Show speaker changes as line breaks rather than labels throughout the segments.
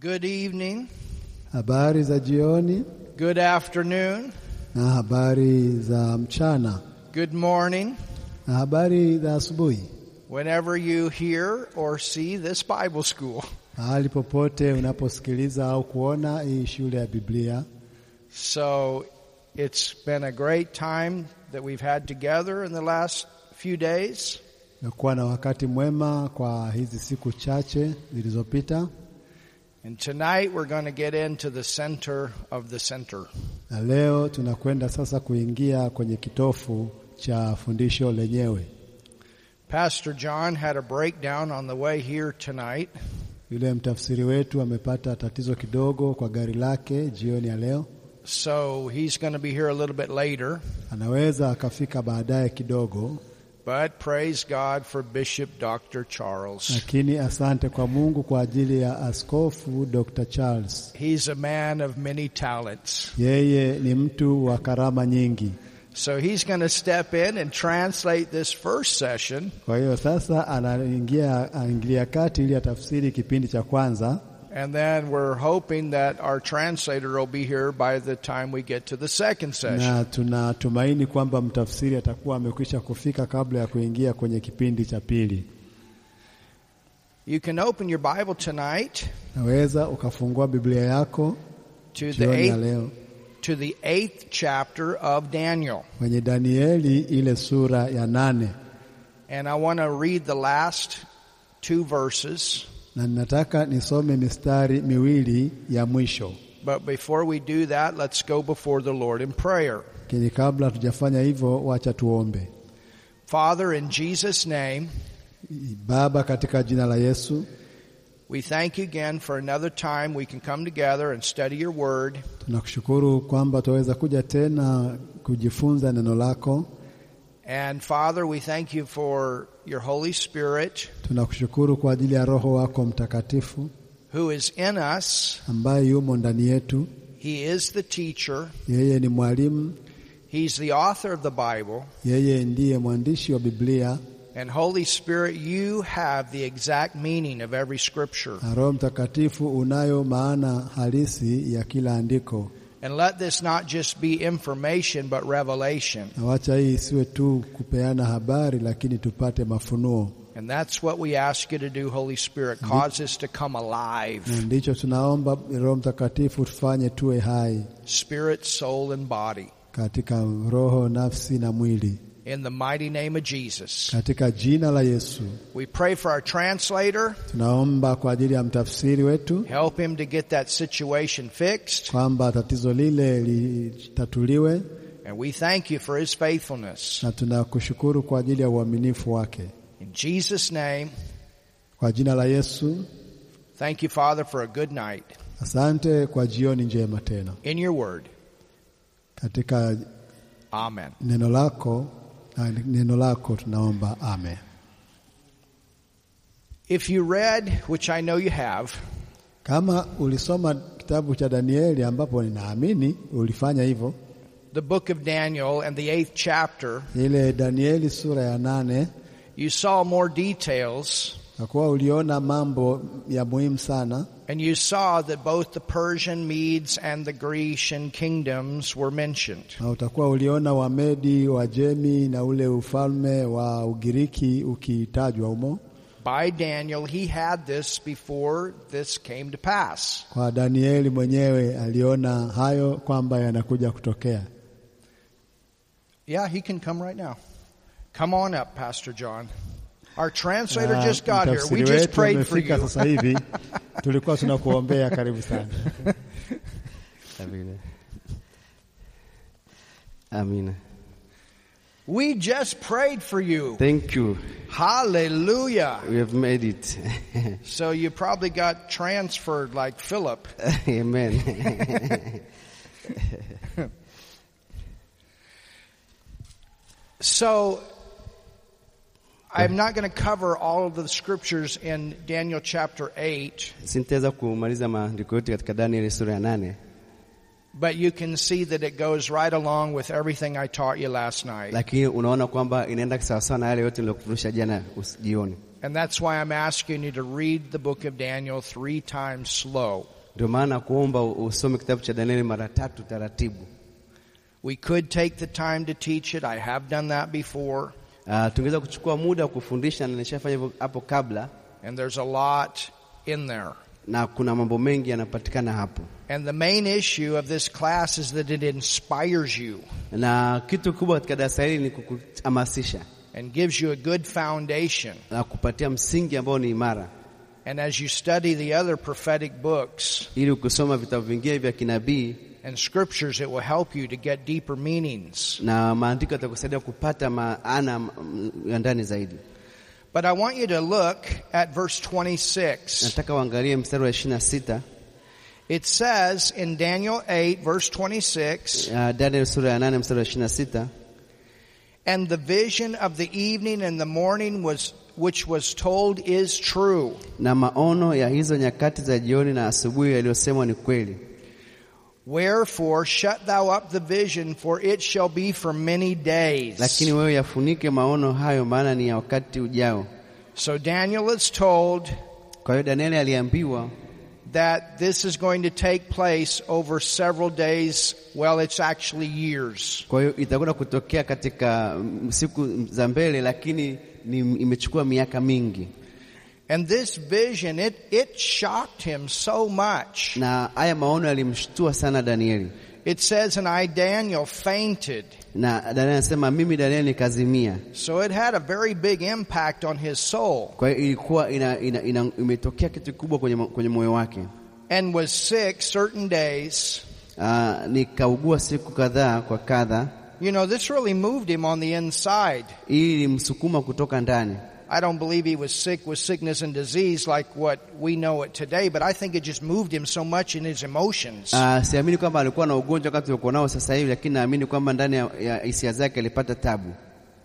Good evening.
habari za jioni
Good afternoon.
na habari za mchana
Good morning.
na habari za asubuhi,
Whenever you hear or see this Bible school.
mahali popote unaposikiliza au kuona hii shule ya Biblia.
So it's been a great time that we've had together in the last few days.
Umekuwa na wakati mwema kwa hizi siku chache zilizopita,
And tonight we're going to get into the center of the center.
na leo tunakwenda sasa kuingia kwenye kitofu cha fundisho lenyewe.
Pastor John had a breakdown on the way here tonight,
Yule mtafsiri wetu amepata tatizo kidogo kwa gari lake jioni ya leo,
so he's going to be here a little bit later.
anaweza akafika baadaye kidogo,
But praise God for Bishop Dr. Charles.
lakini asante kwa Mungu kwa ajili ya Askofu Dr. Charles.
He's a man of many talents.
Yeye ni mtu wa karama nyingi.
So he's going to step in and translate this first session,
Kwa hiyo sasa anaingia anaingilia kati ili atafsiri kipindi cha kwanza,
and then we're hoping that our translator will be here by the time we get to the second session.
na tunatumaini kwamba mtafsiri atakuwa amekwisha kufika kabla ya kuingia kwenye kipindi cha pili.
You can open your Bible tonight
Naweza ukafungua Biblia yako
to the
jioni ya
eighth,
leo
to the eighth chapter of Daniel.
kwenye Danieli ile sura ya nane,
And I want to read the last two verses.
na ninataka nisome mistari miwili ya mwisho.
But before we do that, let's go before the Lord in prayer.
Lakini kabla hatujafanya hivyo, wacha tuombe.
Father, in Jesus' name,
Baba, katika jina la Yesu
we thank you again for another time we can come together and study your word.
tunakushukuru kwamba tunaweza kuja tena kujifunza neno lako.
And Father, we thank you for your Holy Spirit
Tunakushukuru kwa ajili ya Roho wako Mtakatifu
who is in us.
ambaye yumo ndani yetu.
He is the teacher,
Yeye ni mwalimu,
He's the author of the Bible.
yeye ndiye mwandishi wa Biblia,
And Holy Spirit, you have the exact meaning of every scripture.
na Roho Mtakatifu unayo maana halisi ya kila andiko,
And let this not just be information, but revelation.
na wacha hii isiwe tu kupeana habari, lakini tupate mafunuo,
And that's what we ask you to do, Holy Spirit. Cause us to come
na
alive,
ndicho tunaomba Roho Mtakatifu, tufanye tuwe hai
spirit, soul, and body.
katika roho, nafsi na mwili,
In the mighty name of Jesus.
katika jina la Yesu.
We pray for our translator.
Tunaomba kwa ajili ya mtafsiri wetu
Help him to get that situation fixed.
kwamba tatizo lile litatuliwe,
And we thank you for his faithfulness.
na tunakushukuru kwa ajili ya uaminifu wake.
In Jesus' name,
Kwa jina la Yesu,
thank you, Father, for a good night
asante kwa jioni njema tena
in your word.
katika
Amen.
neno lako na neno lako tunaomba, amen.
If you read, which I know you have,
Kama ulisoma kitabu cha Danieli, ambapo ninaamini ulifanya hivyo,
the book of Daniel and the eighth chapter,
ile Danieli sura ya nane,
you saw more details
kwa kuwa uliona mambo ya muhimu sana
and you saw that both the Persian Medes and the Grecian kingdoms were mentioned.
na utakuwa uliona Wamedi, Wajemi na ule ufalme wa Ugiriki ukitajwa humo.
By Daniel, he had this before this came to pass.
Kwa Danieli mwenyewe aliona hayo kwamba yanakuja kutokea.
Yeah, he can come right now. Come on up, Pastor John. Our translator
Na
just got here. We
mtafsiri
just
wetu
prayed for
amefika
you.
sasa hivi, tulikuwa tunakuombea. Karibu sana.
Amina. Amina.
We just prayed for you.
Thank you.
Hallelujah.
We have made it.
So you probably got transferred like Philip.
Amen.
So I'm not going to cover all of the scriptures in Daniel chapter 8,
Sintaweza kumaliza maandiko yote katika Danieli sura ya nane,
but you can see that it goes right along with everything I taught you last night.
lakini unaona kwamba inaenda sawasawa na yale yote niliyokufundisha jana usi- jioni.
And that's why I'm asking you to read the book of Daniel three times slow.
Ndio maana kuomba u- usome kitabu cha Danieli mara tatu taratibu.
We could take the time to teach it. I have done that before.
Uh, tungeweza kuchukua muda wa kufundisha na nishafanya hivyo hapo kabla,
And there's a lot in there.
na kuna mambo mengi yanapatikana hapo,
And the main issue of this class is that it inspires you
na kitu kubwa katika darasa hili ni kukuhamasisha
and gives you a good foundation.
na kupatia msingi ambao ni imara,
And as you study the other prophetic books
ili ukisoma vitabu vingine vya kinabii
and scriptures, it will help you to get deeper meanings.
na maandiko yatakusaidia kupata maana mm, ya ndani zaidi.
But I want you to look at verse 26.
Nataka uangalie mstari wa 26 sita
It says in Daniel 8, verse 26,
Daniel sura ya 8 mstari wa 26 sita
and the vision of the evening and the morning was which was told is true.
na maono ya hizo nyakati za jioni na asubuhi yaliyosemwa ni kweli.
Wherefore shut thou up the vision, for it shall be for many days.
lakini wewe yafunike maono hayo, maana ni ya wakati ujao.
So Daniel is told
Kwa hiyo Danieli aliambiwa
that this is going to take place over several days. Well, it's actually years.
Kwa hiyo itakwenda kutokea katika mm, siku za mbele, lakini ni, imechukua miaka mingi.
And this vision, it, it shocked him so much.
Na haya maono yalimshtua sana Danieli,
It says, and I, Daniel, fainted.
na Danieli anasema mimi Danieli nikazimia.
So it had a very big impact on his soul
Kwa hiyo ilikuwa ina, ina, ina, imetokea kitu kikubwa kwenye, mo- kwenye moyo wake.
and was sick certain days.
Aa, Ah, nikaugua siku kadhaa kwa kadha,
You know, this really moved him on the inside.
ili ilimsukuma kutoka ndani.
I don't believe he was sick with sickness and disease like what we know it today, but I think it just moved him so much in his emotions.
Uh, siamini kwamba alikuwa na ugonjwa kati uko nao sasa hivi, lakini naamini kwamba ndani ya ya hisia zake alipata tabu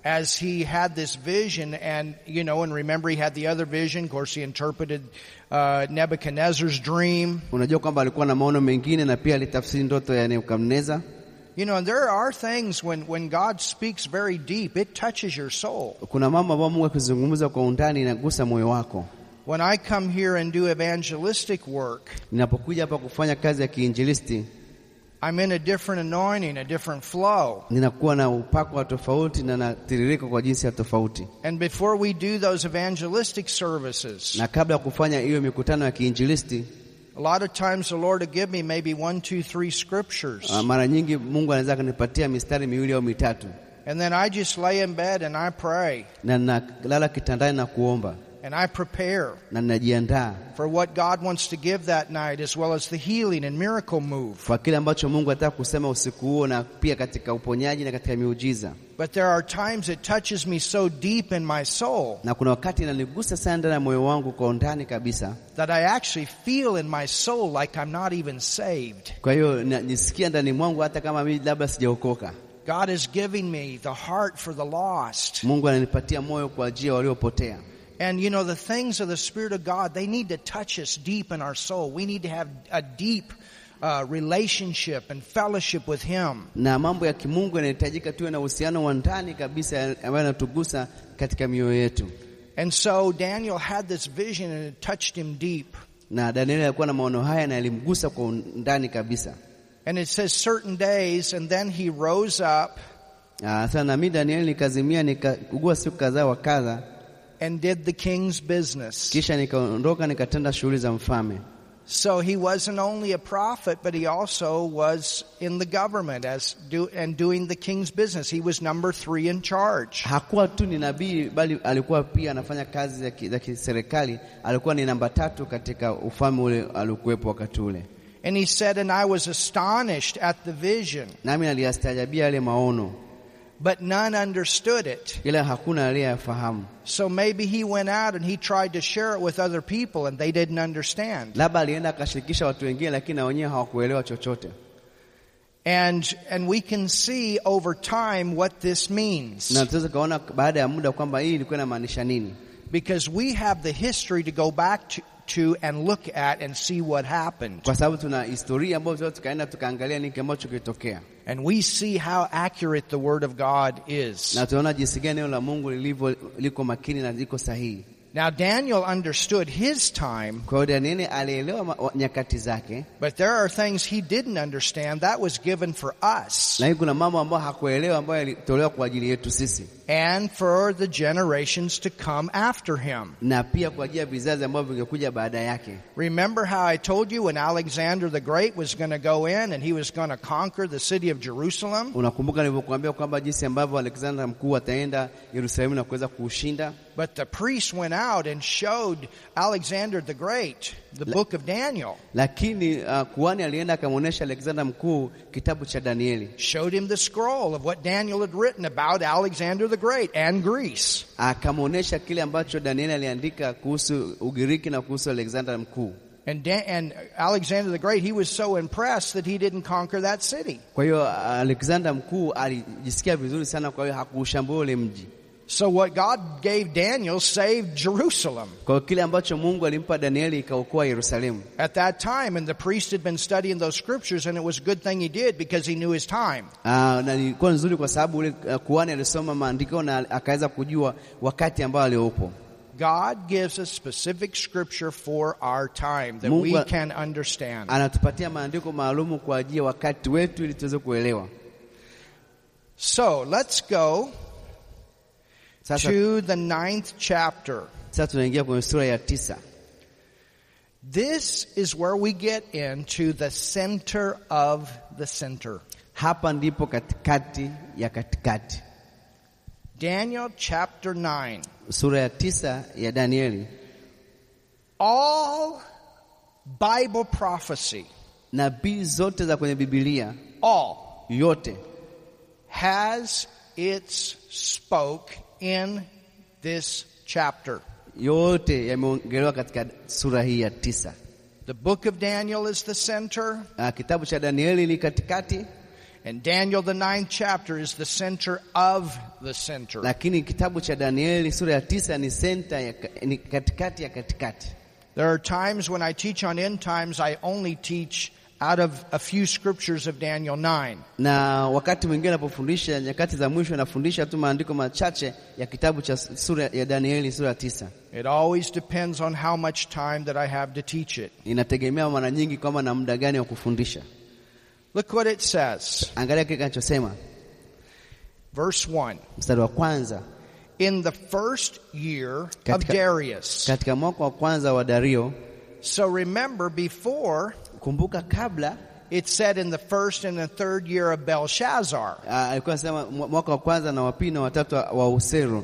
as he had this vision and you know and remember he had the other vision of course he interpreted uh, nebuchadnezzar's dream
Unajua kwamba alikuwa na maono mengine na pia alitafsiri ndoto ya Nebukadneza.
you know and there are things when when god speaks very deep it touches your soul
Kuna mambo ambayo Mungu akizungumza kwa undani inagusa moyo wako.
when i come here and do evangelistic work
Ninapokuja hapa kufanya kazi ya kiinjilisti,
i'm in a different anointing a different flow
ninakuwa na upako wa tofauti na natiririka kwa jinsi ya tofauti.
and before we do those evangelistic services
Na kabla ya kufanya hiyo mikutano ya kiinjilisti,
a lot of times the lord will give me maybe one two three scriptures
uh, mara nyingi Mungu anaweza akanipatia mistari miwili au mitatu,
and then i just lay in bed and i pray
na ninalala kitandani na kuomba
and i prepare
na ninajiandaa
for what God wants to give that night, as well as the healing and miracle move.
kwa kile ambacho Mungu anataka kusema usiku huo na pia katika uponyaji na katika miujiza.
But there are times it touches me so deep in my soul
Na kuna wakati inanigusa sana ndani ya moyo wangu kwa undani kabisa.
that I actually feel in my soul like I'm not even saved.
Kwa hiyo najisikia ndani mwangu hata kama mimi labda sijaokoka.
God is giving me the heart for the lost.
Mungu ananipatia moyo kwa ajili ya waliopotea.
And you know, the things of the Spirit of God, they need to touch us deep in our soul. We need to have a deep uh, relationship and fellowship with Him.
Na mambo ya kimungu yanahitajika tuwe na uhusiano wa ndani kabisa ya- ambayo yanatugusa katika mioyo yetu.
And so Daniel had this vision and it touched him deep.
Na Danieli alikuwa na maono haya na yalimgusa kwa undani kabisa.
And it says certain days, and then he rose up
Ah, Sasa na mimi Danieli nikazimia nikaugua siku kadhaa wa kadha,
and did the king's business.
kisha nikaondoka nikatenda shughuli za mfalme.
So he wasn't only a prophet, but he also was in the government as do, and doing the king's business. He was number three in charge.
hakuwa tu ni nabii bali alikuwa pia anafanya kazi za ki- za kiserikali. Alikuwa ni namba tatu katika ufalme ule aliokuwepo wakati ule.
And he said, And I was astonished at the vision,
Nami aliyastaajabia yale maono,
but none understood it.
ila hakuna aliyeyafahamu.
So maybe he went out and he tried to share it with other people, and they didn't understand.
Labda alienda akashirikisha watu wengine, lakini na wenyewe hawakuelewa chochote.
And, and we can see over time what this means.
Na tunaweza kaona baada ya muda kwamba hii ilikuwa inamaanisha nini,
because we have the history to go back to, to and look at and see what happened.
kwa sababu tuna historia ambayo tunaweza tukaenda tukaangalia nini ambacho kilitokea,
And we see how accurate the Word of God is.
na tunaona jinsi gani neno la Mungu lilivyo liko makini na liko sahihi.
Now, Daniel understood his time,
Kwa hiyo Danieli alielewa ma- wa- nyakati zake,
but there are things he didn't understand. That was given for us
lakini kuna mambo ambayo hakuelewa ambayo yalitolewa kwa ajili yetu sisi
and for the generations to come after him.
na pia kwa ajili ya vizazi ambavyo vingekuja baada yake.
Remember how I told you when Alexander the Great was going to go in and he was going to conquer the city of Jerusalem?
Unakumbuka nilivyokuambia kwamba jinsi ambavyo Alexander mkuu ataenda Yerusalemu na kuweza kuushinda,
But the priest went out and showed Alexander the Great the
La-
book of Daniel,
lakini uh, kuhani alienda akamwonyesha Alexander mkuu kitabu cha Danieli,
showed him the scroll of what Daniel had written about Alexander the Great and Greece.
akamwonyesha kile ambacho Danieli aliandika kuhusu Ugiriki na kuhusu Alexander mkuu.
And, Dan- and Alexander the Great, he was so impressed that he didn't conquer that city.
Kwa hiyo uh, Alexander mkuu alijisikia vizuri sana, kwa hiyo hakuushambua ule mji.
So what God gave Daniel saved Jerusalem
Kwa hiyo kile ambacho Mungu alimpa Danieli ikaokoa Yerusalemu.
at that time. And the priest had been studying those scriptures and it was a good thing he did because he knew his time.
Aa, Uh, na ilikuwa nzuri kwa sababu ule ah, kuhani alisoma maandiko na akaweza kujua wakati ambao aliopo.
God gives us specific scripture for our time that
Mungu-
we can understand.
Anatupatia maandiko maalumu kwa ajili ya wakati wetu ili tuweze kuelewa.
So let's go
Sasa,
to the ninth chapter.
sasa tunaingia kwenye sura ya tisa.
This is where we get into the center of the center.
Hapa ndipo katikati ya katikati,
Daniel chapter 9.
sura ya tisa ya Danieli.
All Bible prophecy,
Nabii zote za kwenye Biblia
all
yote
has its spoke in this chapter.
yote yameongelewa katika sura hii ya tisa.
The book of Daniel is the center,
Ah, Kitabu cha Danieli ni katikati,
and Daniel, the ninth chapter, is the center of the center.
lakini kitabu cha Danieli sura ya tisa ni senta ya, ni katikati ya katikati.
There are times when I teach on end times, I only teach out of a few scriptures of Daniel 9.
Na wakati mwingine anapofundisha nyakati za mwisho, anafundisha tu maandiko machache ya kitabu cha sura ya Danieli sura ya tisa.
It always depends on how much time that I have to teach it.
Inategemea mara nyingi kwamba na muda gani wa kufundisha.
Look what it says.
Angalia kile kinachosema
Verse 1.
mstari wa kwanza:
In the first year of
Katika-
Darius.
katika mwaka wa kwanza wa Dario.
So remember, before
Kumbuka kabla
it said in the first and the third year of Belshazzar,
ah, alikuwa anasema mwa- mwaka wa kwanza na wa pili na watatu wa Useru.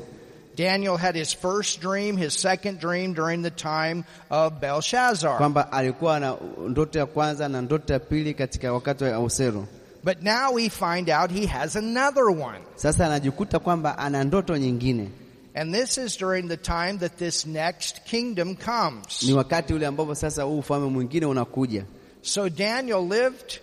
Daniel had his first dream, his second dream during the time of Belshazzar.
kwamba alikuwa na ndoto ya kwanza na ndoto ya pili katika wakati wa Usero.
But now we find out he has another one.
Sasa anajikuta kwamba ana ndoto nyingine,
And this is during the time that this next kingdom
ni
comes.
wakati ule ambapo sasa huu ufalme mwingine unakuja.
So Daniel lived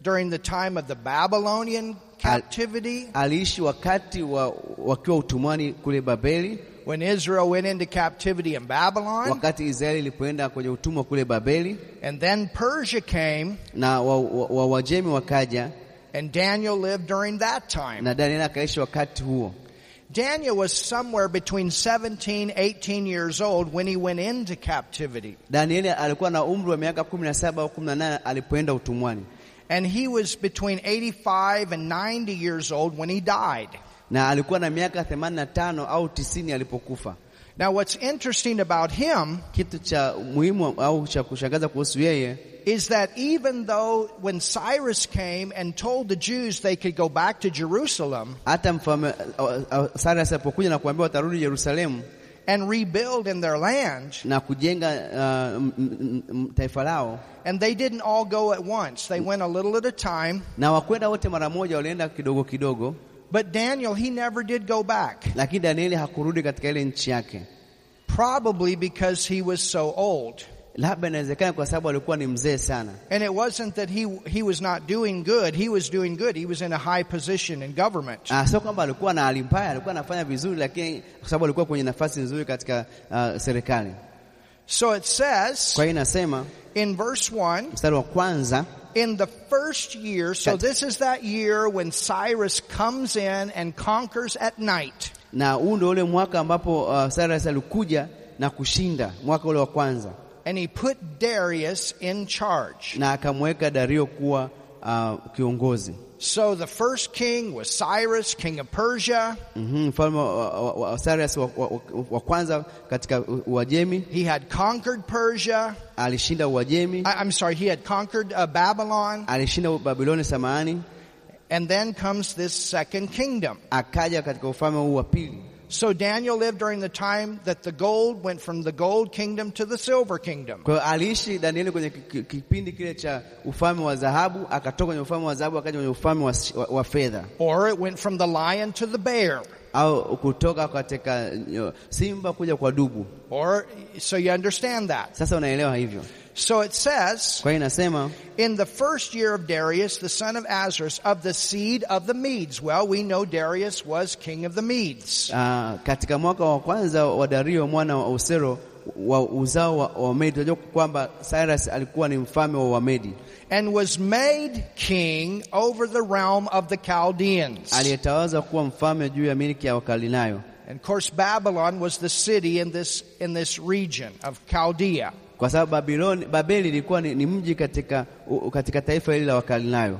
during the time of the Babylonian captivity
Aliishi wakati wa, wakiwa utumwani kule Babeli,
when Israel went into captivity in Babylon.
wakati Israeli ilipoenda kwenye utumwa kule Babeli
And then Persia came
na wa, wa, wa Wajemi wakaja
and Daniel lived during that time.
na Danieli akaishi wakati huo.
Daniel was somewhere between 17, 18 years old when he went into captivity.
Danieli alikuwa na umri wa miaka kumi na saba au kumi na nane alipoenda utumwani,
And he was between 85 and 90 years old when he died.
na alikuwa na miaka themanini na tano au tisini alipokufa.
Now, what's interesting about him
Kitu cha muhimu au cha kushangaza kuhusu yeye
is that even though when Cyrus came and told the Jews they could go back to Jerusalem
hata mfalme uh, Cyrus alipokuja na kuambia watarudi Yerusalemu
and rebuild in their land,
na kujenga ah, m- m- m- taifa lao,
and they didn't all go at once, they went a little at a time.
na wakwenda wote mara moja, walienda kidogo kidogo,
But Daniel, he never did go back,
lakini Danieli hakurudi katika ile nchi yake.
probably because he was so old.
Labda inawezekana kwa sababu alikuwa ni mzee sana,
And it wasn't that he he was not doing good. He was doing good. He was in a high position in government.
Ah, sio kwamba alikuwa na hali mbaya, alikuwa anafanya vizuri, lakini kwa sababu alikuwa kwenye nafasi nzuri katika ah, serikali.
So it says
Kwa hiyo inasema
in verse 1,
mstari wa kwanza
in the first year, so
Cut.
this is that year when Cyrus comes in and conquers at night.
na huu ndio ule mwaka ambapo uh, ah, Cyrus alikuja na kushinda mwaka ule wa kwanza,
and he put Darius in charge.
na akamweka Dario kuwa uh, kiongozi.
So the first king was Cyrus, king of Persia.
Mhm, Mfalme wa, wa, wa, wa Cyrus wa, wa, wa- wa kwanza katika U- Uajemi
He had conquered Persia.
alishinda Uajemi,
I, I'm sorry, he had conquered uh, Babylon.
alishinda Babiloni samahani,
And then comes this second kingdom.
akaja katika ufalme huu wa pili.
So Daniel lived during the time that the gold went from the gold kingdom to the silver kingdom.
Kwa hiyo aliishi Danieli kwenye ki- ki- kipindi kile cha ufalme wa dhahabu, akatoka kwenye ufalme wa dhahabu akaja kwenye ufalme wa, wa, wa fedha,
Or it went from the lion to the bear.
au kutoka katika nyo- simba kuja kwa dubu.
Or so you understand that.
Sasa unaelewa hivyo.
So it says
Kwa hiyo inasema
in the first year of Darius the son of Azarus of the seed of the Medes. Well, we know Darius was king of the Medes.
uh, katika mwaka wa kwanza wa Dario mwana wa Usero wa uzao wa Wamedi, tunajua kwamba Cyrus alikuwa ni mfalme wa Wamedi
and was made king over the realm of the Chaldeans.
aliyetawaza kuwa mfalme juu ya milki ya Wakalinayo.
And of course, Babylon was the city in this in this region of Chaldea.
Kwa sababu Babiloni, Babeli ilikuwa ni, ni mji katika, u, katika taifa hili la Wakalinayo.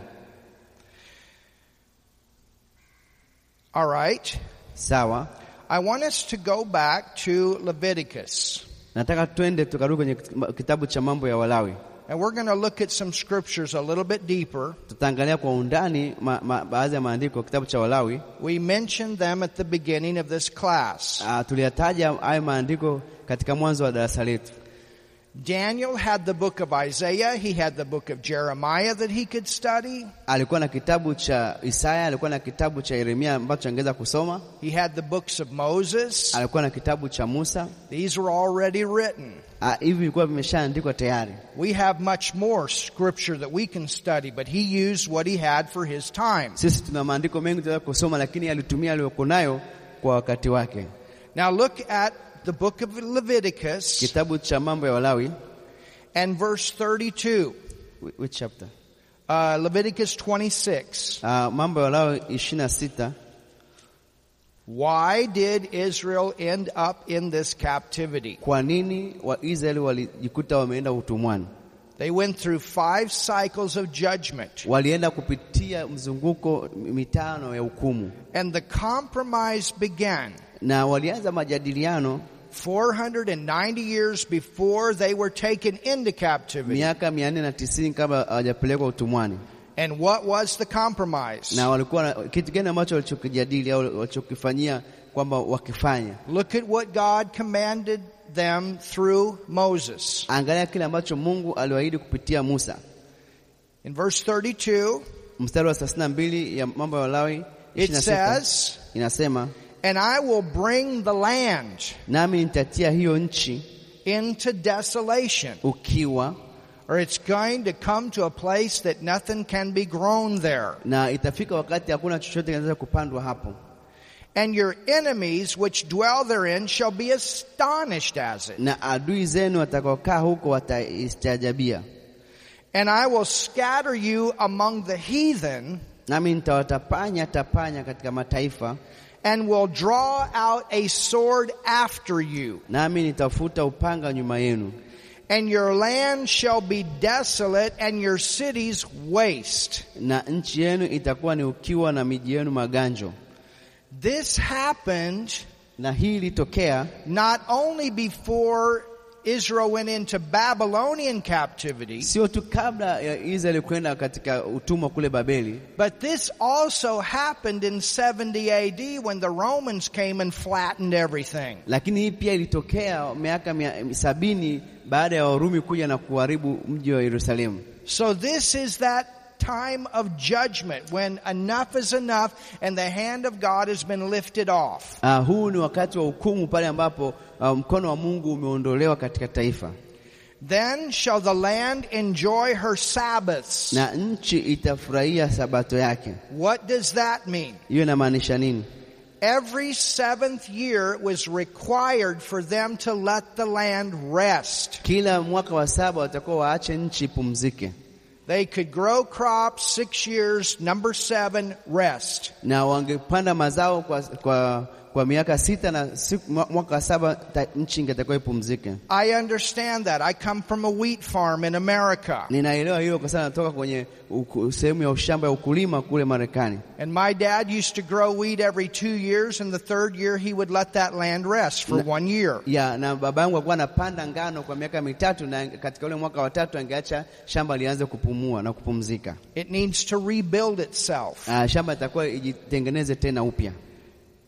All right.
Sawa,
I want us to go back to Leviticus.
nataka twende tukarudi kwenye kit- kitabu cha mambo ya Walawi,
And we're going to look at some scriptures a little bit deeper.
tutaangalia kwa undani ma, ma, baadhi ya maandiko kitabu cha Walawi.
We mentioned them at the beginning of this class.
Uh, tuliyataja hayo maandiko katika mwanzo wa darasa letu.
Daniel had the book of Isaiah, he had the book of Jeremiah that he could study,
alikuwa na kitabu cha Isaya, alikuwa na kitabu cha Yeremia ambacho angeweza kusoma,
he had the books of Moses.
alikuwa na kitabu cha Musa.
These were already written.
Ah, Hivi vilikuwa vimeshaandikwa tayari.
We have much more scripture that we can study, but he used what he had for his time.
Sisi tuna maandiko mengi tunaweza kusoma, lakini alitumia aliyoko nayo kwa wakati wake.
Now look at the book of Leviticus
Kitabu cha mambo ya Walawi,
and verse 32.
whi- which chapter?
Uh, Leviticus 26.
Ah, mambo ya Walawi 26.
Why did Israel end up in this captivity?
Kwa nini Waisraeli walijikuta wameenda utumwani?
They went through five cycles of judgment,
Walienda kupitia mzunguko mitano ya hukumu,
and the compromise began
na walianza majadiliano
490 years before they were taken into captivity.
miaka 490 kabla hawajapelekwa utumwani.
And what was the compromise?
na walikuwa na kitu gani ambacho walichokijadili au walichokifanyia kwamba wakifanya.
Look at what God commanded them through Moses.
Angalia kile ambacho Mungu aliwaahidi kupitia Musa,
In verse 32,
mstari wa 32 ya mambo ya Walawi
it
26
says,
inasema,
And I will bring the land
nami nitatia hiyo nchi
into desolation,
ukiwa,
or it's going to come to a place that nothing can be grown there.
na itafika wakati hakuna chochote kinaweza kupandwa hapo,
And your enemies which dwell therein shall be astonished as it.
na adui zenu watakaokaa huko wataistaajabia,
And I will scatter you among the heathen,
nami nitawatapanya tapanya katika mataifa,
and will draw out a sword after you.
nami nitafuta upanga nyuma yenu,
And your land shall be desolate and your cities waste.
na nchi yenu itakuwa ni ukiwa na miji yenu maganjo.
This happened
Na hii ilitokea
not only before Israel went into Babylonian captivity,
sio tu kabla ya Israeli kwenda katika utumwa kule Babeli,
but this also happened in 70 AD when the Romans came and flattened everything.
lakini hii pia ilitokea miaka mia, sabini baada ya Warumi kuja na kuharibu mji wa Yerusalemu.
So this is that time of judgment when enough is enough and the hand of God has been lifted off.
Uh, huu ni wakati wa hukumu pale ambapo ah, mkono wa Mungu umeondolewa katika taifa,
Then shall the land enjoy her Sabbaths.
na nchi itafurahia sabato yake.
What does that mean?
Hiyo inamaanisha nini?
Every seventh year it was required for them to let the land rest.
Kila mwaka wa saba watakuwa waache nchi ipumzike,
They could grow crops six years, number seven, rest.
na wangepanda mazao kwa, kwa kwa miaka sita na siku, mwa- mwaka wa saba ta, nchi ingetakiwa ipumzike.
I understand that. I come from a wheat farm in America,
Ninaelewa hilo kwa sababu natoka kwenye uku- sehemu ya ushamba ya ukulima kule Marekani,
and my dad used to grow wheat every two years, and the third year he would let that land rest for one year.
ya na baba yangu alikuwa anapanda ngano kwa miaka mitatu, na katika ule mwaka wa tatu angeacha shamba lianze kupumua na kupumzika.
It needs to rebuild itself.
Ah, shamba itakuwa ijitengeneze tena upya.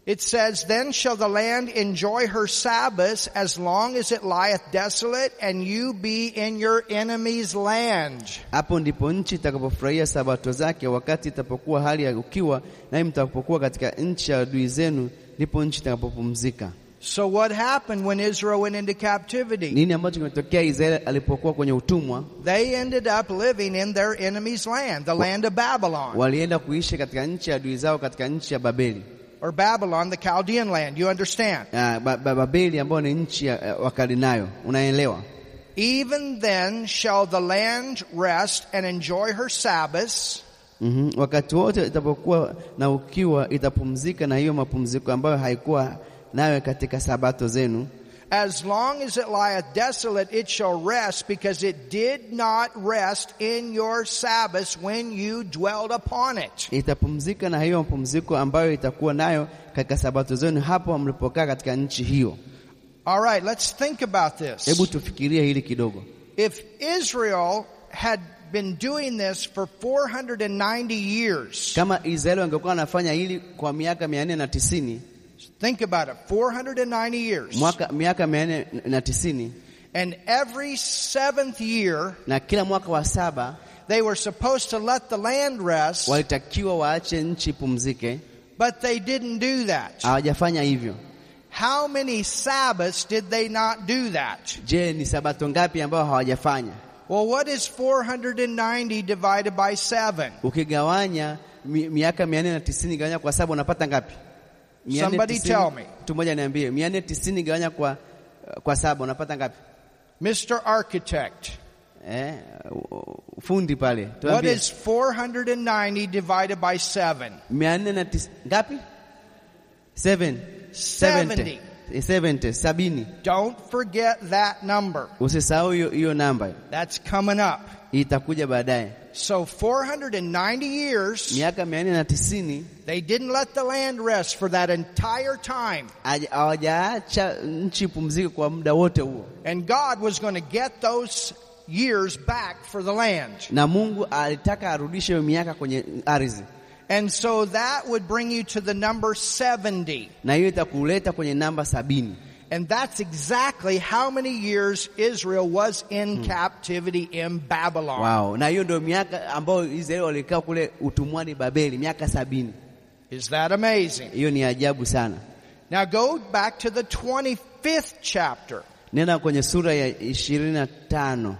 It says, Then shall the land enjoy her Sabbaths as long as it lieth desolate, and you be in your enemy's land.
Hapo ndipo nchi itakapofurahia sabato zake, wakati itapokuwa hali ya ukiwa, naye mtakapokuwa katika nchi ya adui zenu, ndipo nchi itakapopumzika.
So, what happened when Israel went into captivity?
Nini ambacho kimetokea Israeli alipokuwa kwenye utumwa?
They ended up living in their enemy's land, the land of Babylon,
Walienda kuishi katika nchi ya adui zao, katika nchi ya Babeli.
or Babylon, the Chaldean land. You understand?
Ah, ba ba Babeli ambayo ni nchi ya ya Wakaldayo, unaelewa?
Even then shall the land rest and enjoy her Sabbaths,
Mhm. Wakati wote itapokuwa na ukiwa, itapumzika na hiyo mapumziko ambayo haikuwa nayo katika sabato zenu,
As long as it lieth desolate, it shall rest, because it did not rest in your Sabbaths when you dwelled upon it.
itapumzika na hiyo mapumziko ambayo itakuwa nayo katika sabato zenu hapo mlipokaa katika nchi hiyo.
All right, let's think about this.
Hebu tufikirie hili kidogo.
If Israel had been doing this for 490 years,
Kama Israeli wangekuwa wanafanya hili kwa miaka mia nne na tisini
think about it 490 years.
mwaka miaka mia nne na tisini
And every seventh year,
na kila mwaka wa saba
they were supposed to let the land rest,
walitakiwa waache nchi ipumzike,
but they didn't do that.
Uh- hawajafanya hivyo.
How many Sabbaths did they not do that?
Je, ni sabato ngapi ambayo hawajafanya?
Well, what is 490 divided by 7?
Ukigawanya mi, miaka mia nne na tisini gawanya kwa saba unapata ngapi? 490
Somebody tell me.
Mtu mmoja niambie, mia nne tisini gawanya kwa, kwa saba unapata ngapi?
Mr. Architect,
Eh, u- fundi pale
what
tuambie,
is 490 divided by 7?
mia nne na tis, ngapi? Seven.
70.
Eh, 70, sabini.
Don't forget that number.
Usisahau hiyo hiyo namba,
That's coming up.
itakuja baadaye.
So 490 years,
Miaka mia nne na tisini
they didn't let the land rest for that entire time.
haja- hawajaacha nchi pumzike kwa muda wote huo,
And God was going to get those years back for the land.
na Mungu alitaka arudishe hiyo miaka kwenye ardhi,
And so that would bring you to the number 70.
na hiyo itakuleta kwenye namba sabini.
And that's exactly how many years Israel was in captivity in Babylon.
Wow. Na hiyo ndio miaka ambayo Israeli walikaa kule utumwani Babeli, miaka sabini.
Is that amazing?
Hiyo ni ajabu sana.
Now go back to the 25th chapter.
Nenda kwenye sura ya ishirini na tano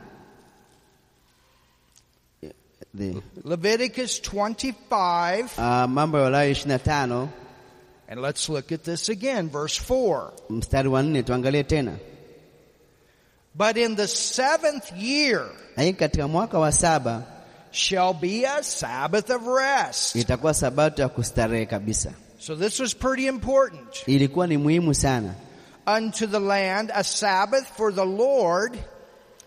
The-
Leviticus 25.
ah, Mambo ya Walawi ishirini na tano
And let's look at this again, verse 4.
mstari wa nne tuangalie tena.
But in the seventh year
Lakini katika mwaka wa saba
shall be a Sabbath of rest.
itakuwa sabato ya kustarehe kabisa.
So this was pretty important.
Ilikuwa ni muhimu sana
Unto the land a Sabbath for the Lord,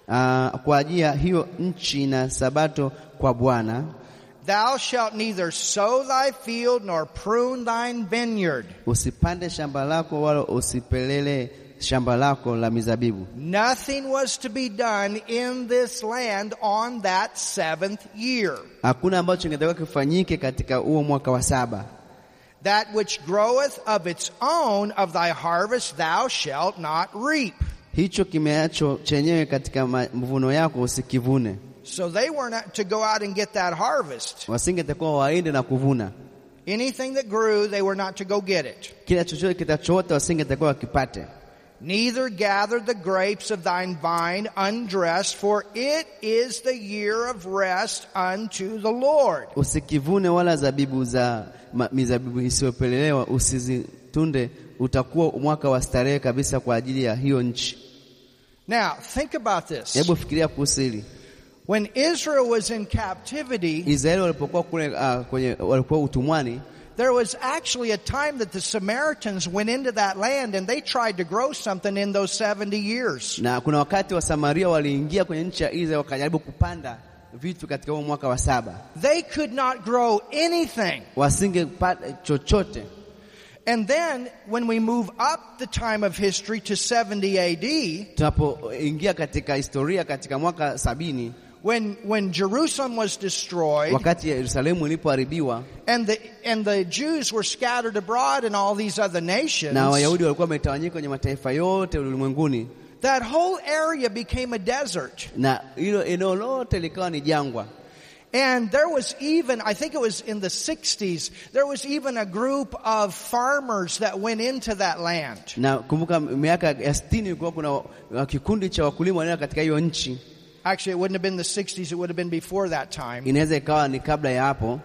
Ah, kwa ajili ya hiyo nchi na sabato kwa Bwana.
Thou shalt neither sow thy field nor prune thine vineyard.
Usipande shamba lako wala usipelele shamba lako la mizabibu.
Nothing was to be done in this land on that seventh year.
Hakuna ambacho kingetakiwa kifanyike katika huo mwaka wa saba.
That which groweth of its own of thy harvest thou shalt not reap.
Hicho kimeacho chenyewe katika ma- mvuno yako usikivune.
So they weren't to go out and get that harvest.
Wasingetakiwa waende na kuvuna
Anything that grew, they were not to go get it.
kila chochote kitachoota, wasingetakiwa wakipate.
Neither gather the grapes of thine vine undressed, for it is the year of rest unto the Lord.
Usikivune wala zabibu za ma, mizabibu isiyopelelewa usizitunde, utakuwa mwaka wa starehe kabisa kwa ajili ya hiyo nchi.
Now, think about this.
Hebu fikiria kuhusu hili.
When Israel was in captivity,
Israeli ah, walipokuwa kule uh, kwenye walikuwa utumwani,
There was actually a time that the Samaritans went into that land and they tried to grow something in those 70 years.
na kuna wakati wa Samaria waliingia kwenye nchi ya Israeli wakajaribu kupanda vitu katika huo mwaka wa saba,
They could not grow anything.
wasingepata chochote.
And then when we move up the time of history to 70 AD,
Tunapoingia katika historia katika mwaka sabini,
when when Jerusalem was destroyed
wakati Yerusalemu ilipoharibiwa
and the and the Jews were scattered abroad in all these other nations,
na Wayahudi walikuwa wametawanyika kwenye mataifa yote ulimwenguni,
that whole area became a desert.
na hilo eneo lote likawa ni jangwa.
And there was even, I think it was in the 60s, there was even a group of farmers that went into that land.
Na kumbuka miaka ya sitini kulikuwa kuna wa- wa- kikundi cha wakulima walienda katika hiyo nchi,
Actually, it wouldn't have been the 60s, it would have been before that time.
inaweza ikawa ni kabla ya hapo,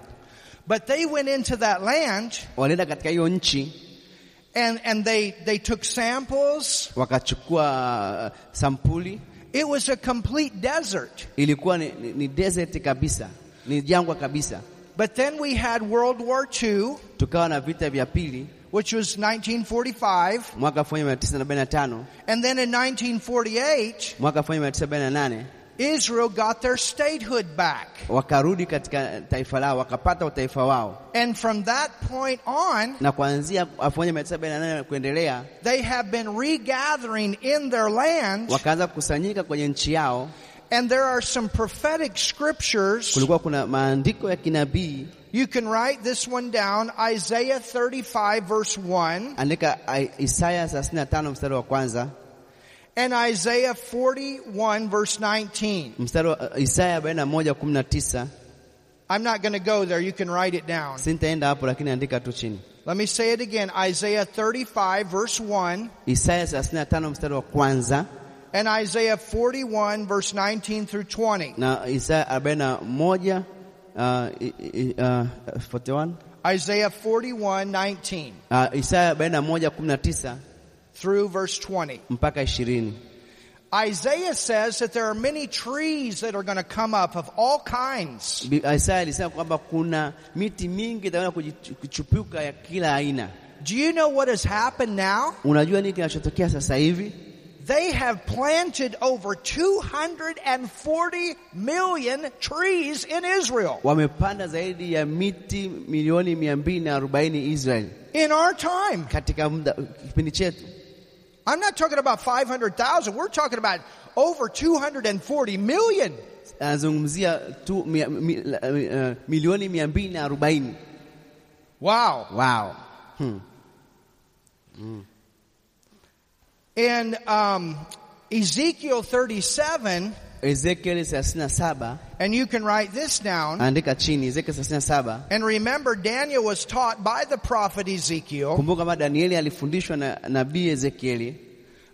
But they went into that land
walienda katika hiyo nchi
and, and they, they took samples.
wakachukua uh, sampuli
It was a complete desert.
ilikuwa ni, ni, ni desert kabisa, ni jangwa kabisa.
But then we had World War II,
Tukawa na vita vya pili
which was 1945.
mwaka 1945
And then in 1948,
mwaka 1948
Israel got their statehood back.
wakarudi katika taifa lao, wakapata utaifa wao,
And from that point on,
na kuanzia 1948 kuendelea
they have been regathering in their land.
wakaanza kukusanyika kwenye nchi yao.
And there are some prophetic scriptures.
Kulikuwa kuna maandiko ya kinabii
You can write this one down Isaiah 35, verse 1,
andika I- Isaya 35 mstari wa kwanza
and Isaiah 41, verse 19.
mstari wa uh, Isaya 41 19.
I'm not going to go there. You can write it down.
Sintaenda hapo, lakini andika tu chini
Let me say it again Isaiah 35, verse 1,
Isaya 35 mstari wa kwanza
and Isaiah 41, verse 19 through 20.
na Isaya 41 uh, i- i- uh, 41
Isaiah 41, 19
uh, Isaya 41 19
through verse 20.
mpaka 20.
Isaiah says that there are many trees that are going to come up of all kinds.
Bi- Isaya alisema kwamba kuna miti mingi itakwenda kujichu- kuchipuka ya kila aina.
Do you know what has happened now?
Unajua nini kinachotokea sasa hivi?
They have planted over 240 million trees in Israel
Wamepanda zaidi ya miti milioni 240 Israeli
in our time.
katika muda kipindi chetu.
I'm not talking about 500,000. We're talking about over 240 million.
Anazungumzia tu mia, mi, la- mi, uh, milioni 240.
Wow.
Wow.
In um, Ezekiel 37,
Ezekiel 37
and you can write this down.
andika chini Ezekiel 37.
And remember, Daniel was taught by the prophet Ezekiel.
Kumbuka kama Danieli alifundishwa na nabii Ezekieli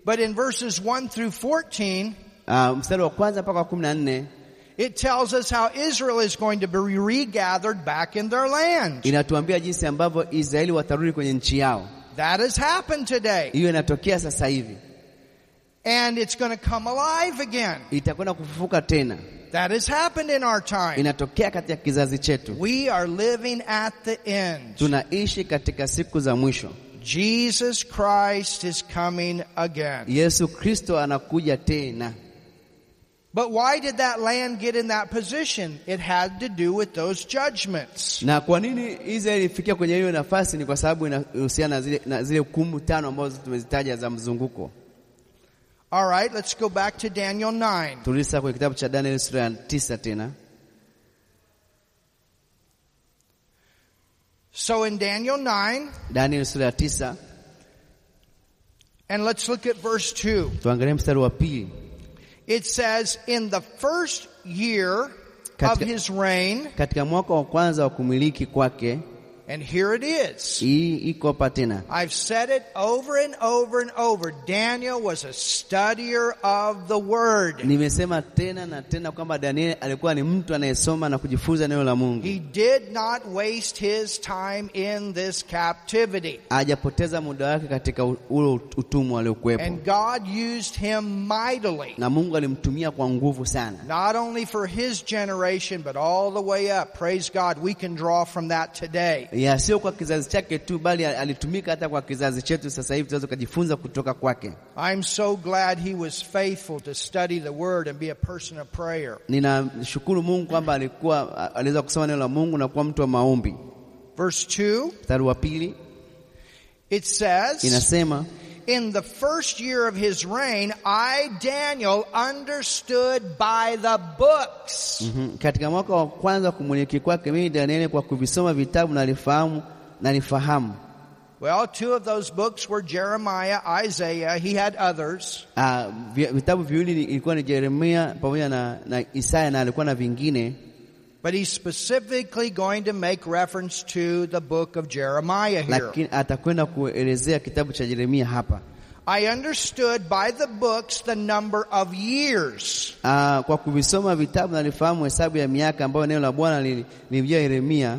But in verses 1 through 14,
uh, mstari wa kwanza mpaka wa 14
it tells us how Israel is going to be regathered back in their land.
inatuambia jinsi ambavyo Israeli watarudi kwenye nchi yao.
That has happened today.
Hiyo inatokea sasa hivi,
And it's going to come alive again.
itakwenda kufufuka tena,
That has happened in our time.
inatokea katika kizazi chetu.
We are living at the end.
Tunaishi katika siku za mwisho.
Jesus Christ is coming again.
Yesu Kristo anakuja tena.
But why did that land get in that position? It had to do with those judgments.
Na kwa nini Israeli ilifikia kwenye hiyo nafasi? Ni kwa sababu inahusiana na zile, na zile hukumu tano ambazo tumezitaja za mzunguko.
All right, let's go back to Daniel 9.
Turudi sasa kwenye kitabu cha Danieli sura ya tisa tena.
So in Daniel 9,
Danieli sura ya tisa
and let's look at verse 2.
tuangalie mstari wa pili.
It says, In the first year of
Katika-
his reign,
Katika mwaka wa kwanza wa kumiliki kwake,
and here it is.
hii iko hapa tena
I've said it over and over and over. Daniel was a studier of the word.
Nimesema tena na tena kwamba Danieli alikuwa ni mtu anayesoma na kujifunza neno la Mungu.
He did not waste his time in this captivity.
Hajapoteza muda wake katika u- ule ut- utumwa aliokuwepo,
And God used him mightily,
na Mungu alimtumia kwa nguvu sana,
not only for his generation, but all the way up. Praise God. We can draw from that today.
ya sio kwa kizazi chake tu, bali alitumika hata kwa kizazi chetu. Sasa hivi tunaweza kujifunza kutoka kwake.
I'm so glad he was faithful to study the word and be a person of prayer.
Ninashukuru Mungu kwamba alikuwa aliweza kusoma neno la Mungu na kuwa mtu wa maombi.
Verse 2,
Mstari wa pili
it says,
inasema
In the first year of his reign, I, Daniel, understood by the books.
Mhm. Katika mwaka wa kwanza kumiliki kwake mimi Danieli kwa kuvisoma vitabu nalifahamu nalifahamu.
Well, two of those books were Jeremiah, Isaiah. He had others.
Ah, vi- vitabu viwili ni- ilikuwa ni Yeremia pamoja na, na Isaya na alikuwa na vingine,
But he's specifically going to make reference to the book of Jeremiah here.
lakini atakwenda kuelezea kitabu cha Yeremia hapa.
I understood by the books the number of years.
Ah, kwa kuvisoma vitabu nalifahamu hesabu ya miaka ambayo neno la Bwana lili- lilimjia Yeremia.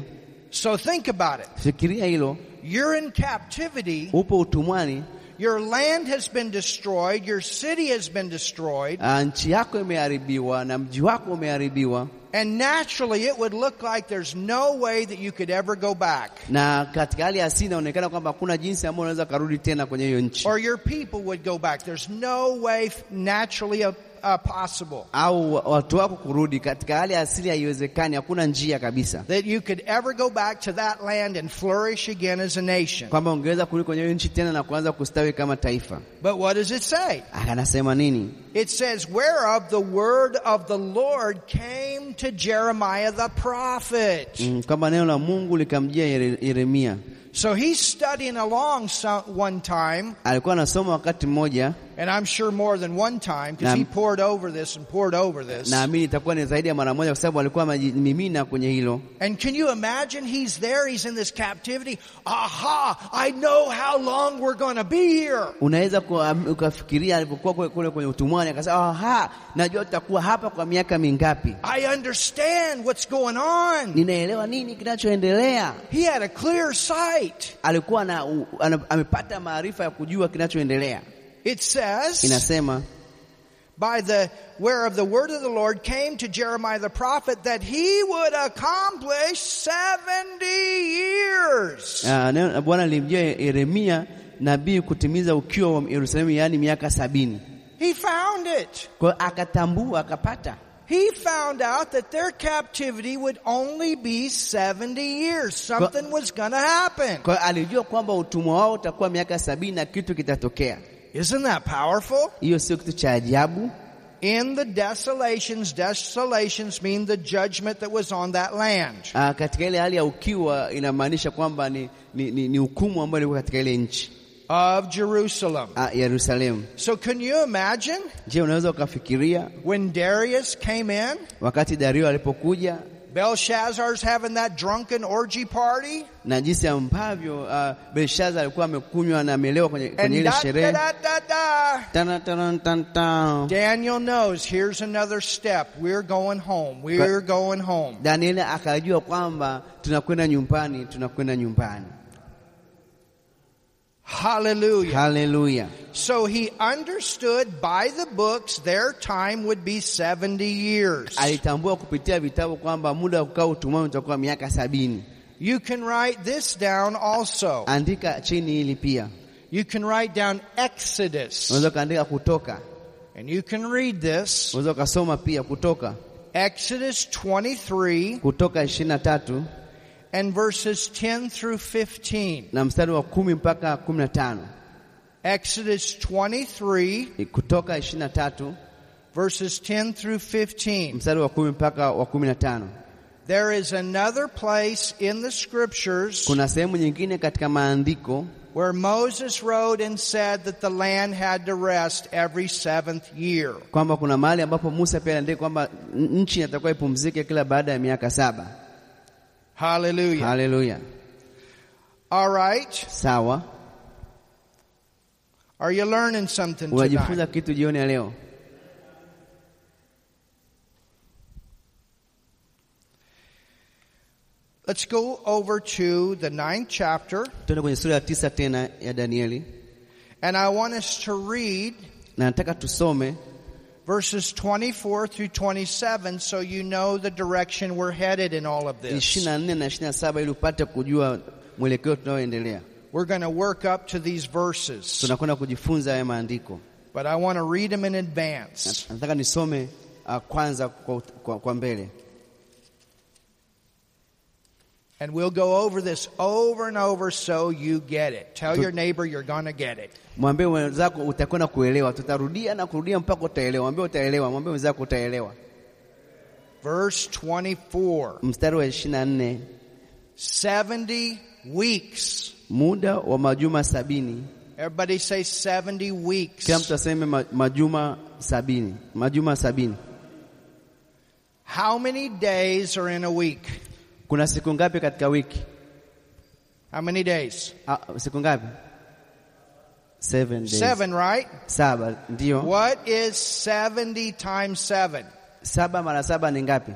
So think about it.
Fikiria hilo,
You're in captivity.
upo utumwani,
Your land has been destroyed. Your city has been destroyed.
ah, nchi yako imeharibiwa na mji wako umeharibiwa,
And naturally, it would look like there's no way that you could ever go back.
na katika hali ya asili inaonekana kwamba hakuna jinsi ambayo unaweza karudi tena kwenye hiyo nchi.
Or your people would go back. There's no way f- naturally uh, uh, possible
au wa- watu wako kurudi katika hali ya asili, haiwezekani, hakuna njia kabisa
that you could ever go back to that land and flourish again as a nation.
kwamba ungeweza kurudi kwenye hiyo nchi tena na kuanza kustawi kama taifa.
But what does it say?
Akanasema nini?
It says, whereof the word of the Lord came to Jeremiah the prophet.
Mm, kwamba neno la Mungu likamjia Yere- Yeremia.
So he's studying along some, one time,
Alikuwa anasoma wakati mmoja,
and I'm sure more than one time, because he
Naam.
poured over this and poured over this.
naamini itakuwa ni zaidi ya mara moja, kwa sababu alikuwa amejimimina kwenye hilo.
And can you imagine? He's there, he's in this captivity. Aha, I know how long we're going to be here.
Unaweza kuam- ukafikiria alipokuwa kule kule kwenye utumwani, akasema aha, najua tutakuwa hapa kwa miaka mingapi,
I understand what's going on.
ninaelewa nini kinachoendelea.
He had a clear sight.
Alikuwa na, u, ana, amepata maarifa ya kujua kinachoendelea.
It says,
Inasema
by the whereof the word of the Lord came to Jeremiah the prophet that he would accomplish 70 years.
Ah, neno la Bwana lilimjia Yeremia nabii kutimiza ukiwa wa Yerusalemu, yaani miaka sabini.
He found it.
Kwa hiyo akatambua, akapata,
He found out that their captivity would only be 70 years. Something was going to happen.
kwa hiyo alijua kwamba utumwa wao utakuwa miaka sabini na kitu kitatokea.
Isn't that powerful?
Hiyo sio kitu cha ajabu.
In the desolations, desolations mean the judgment that was on that land.
Ah, katika ile hali ya ukiwa inamaanisha kwamba ni, ni, ni, ni hukumu ambayo ilikuwa katika ile nchi
of Jerusalem.
ah, Yerusalemu.
So can you imagine
Je, unaweza ukafikiria
when Darius came in?
wakati Dario alipokuja
Belshazzar's having that drunken orgy party.
na jinsi ambavyo uh, Belshaza alikuwa amekunywa na amelewa kwenye, kwenye
And
ile
da, da,
sherehe
da, da, da.
Tana, tana, tana, tana.
Daniel knows here's another step. We're going home. We're going home.
Danieli akajua kwamba tunakwenda nyumbani, tunakwenda nyumbani.
Hallelujah.
Haleluya!
So he understood by the books their time would be 70 years.
Alitambua kupitia vitabu kwamba muda wa kukaa utumwani utakuwa miaka sabini.
You can write this down also.
Andika chini hili pia,
You can write down Exodus.
unaweza ukaandika Kutoka,
And you can read this.
unaweza ukasoma pia Kutoka,
Exodus 23
Kutoka ishirini na tatu
and verses 10 through 15.
na mstari wa kumi mpaka kumi na tano
Exodus 23
Kutoka ishirini na tatu
verses 10 through 15.
mstari wa kumi mpaka wa kumi na tano
There is another place in the scriptures
Kuna sehemu nyingine katika maandiko
where Moses wrote and said that the land had to rest every seventh year.
kwamba kuna mahali ambapo Musa pia aliandika kwamba n- nchi inatakiwa ipumzike kila baada ya miaka saba.
Hallelujah.
Haleluya!
All right.
Sawa,
Are you learning something tonight?
unajifunza kitu jioni ya leo.
Let's go over to the ninth chapter,
Tuende kwenye sura ya tisa tena ya Danieli,
and I want us to read
na nataka tusome
verses 24 through 27 so you know the direction we're headed in all of this.
ishirini na nne na ishirini na saba ili upate kujua mwelekeo tunaoendelea.
We're going to work up to these verses,
Tunakwenda kujifunza haya maandiko,
but I want to read them in
Na-
advance.
nataka nisome uh, kwanza kwa, ut- kwa, kwa mbele
And we'll go over this over and over so you get it. Tell your neighbor you're going to get it.
Mwambie wenzako utakwenda kuelewa. Tutarudia na kurudia mpaka utaelewa. Mwambie utaelewa, mwambie wenzako utaelewa.
Verse 24
Mstari wa 24,
70 weeks.
muda wa majuma sabini.
Everybody say 70 weeks.
Kila mtu aseme ma- majuma sabini, majuma sabini.
How many days are in a week?
Kuna siku ngapi katika wiki?
How many days?
Ah, siku ngapi? Seven days.
Seven, right?
Saba, ndio.
What is 70 times 7?
Saba mara saba ni ngapi?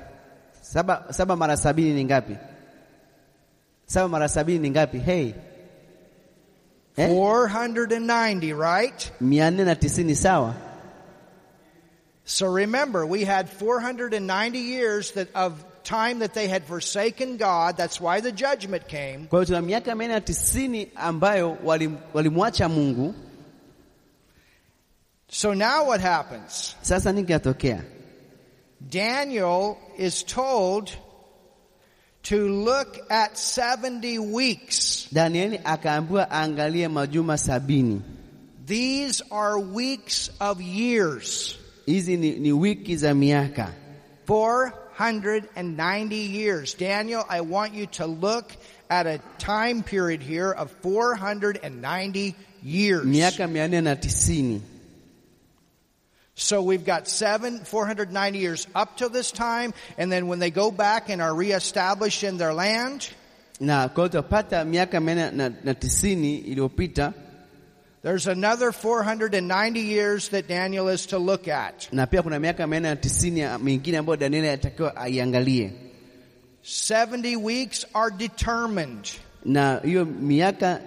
Saba, saba mara sabini ni ngapi? Saba mara sabini ni ngapi? Hey, eh?
490, right?
mia nne na tisini sawa?
So remember, we had 490 years that of time that they had forsaken God. That's why the judgment came.
Kwa hiyo tuna miaka mia nne na tisini ambayo walim- walimwacha Mungu.
So now what happens?
Sasa nini kinatokea?
Daniel is told to look at 70 weeks.
Danieli akaambiwa aangalie majuma sabini.
These are weeks of years.
Hizi ni, ni wiki za miaka
490 years. Daniel, I want you to look at a time period here of 490 years.
miaka mia nne na tisini.
So we've got seven, 490 years up till this time, and then when they go back and are reestablished in their land,
na kwa hiyo tutapata miaka mia nne na, na tisini iliyopita
there's another 490 years that Daniel is to look at.
na pia kuna miaka mia nne na tisini ya- mingine ambayo Danieli atakiwa aiangalie,
70 weeks are determined.
na hiyo miaka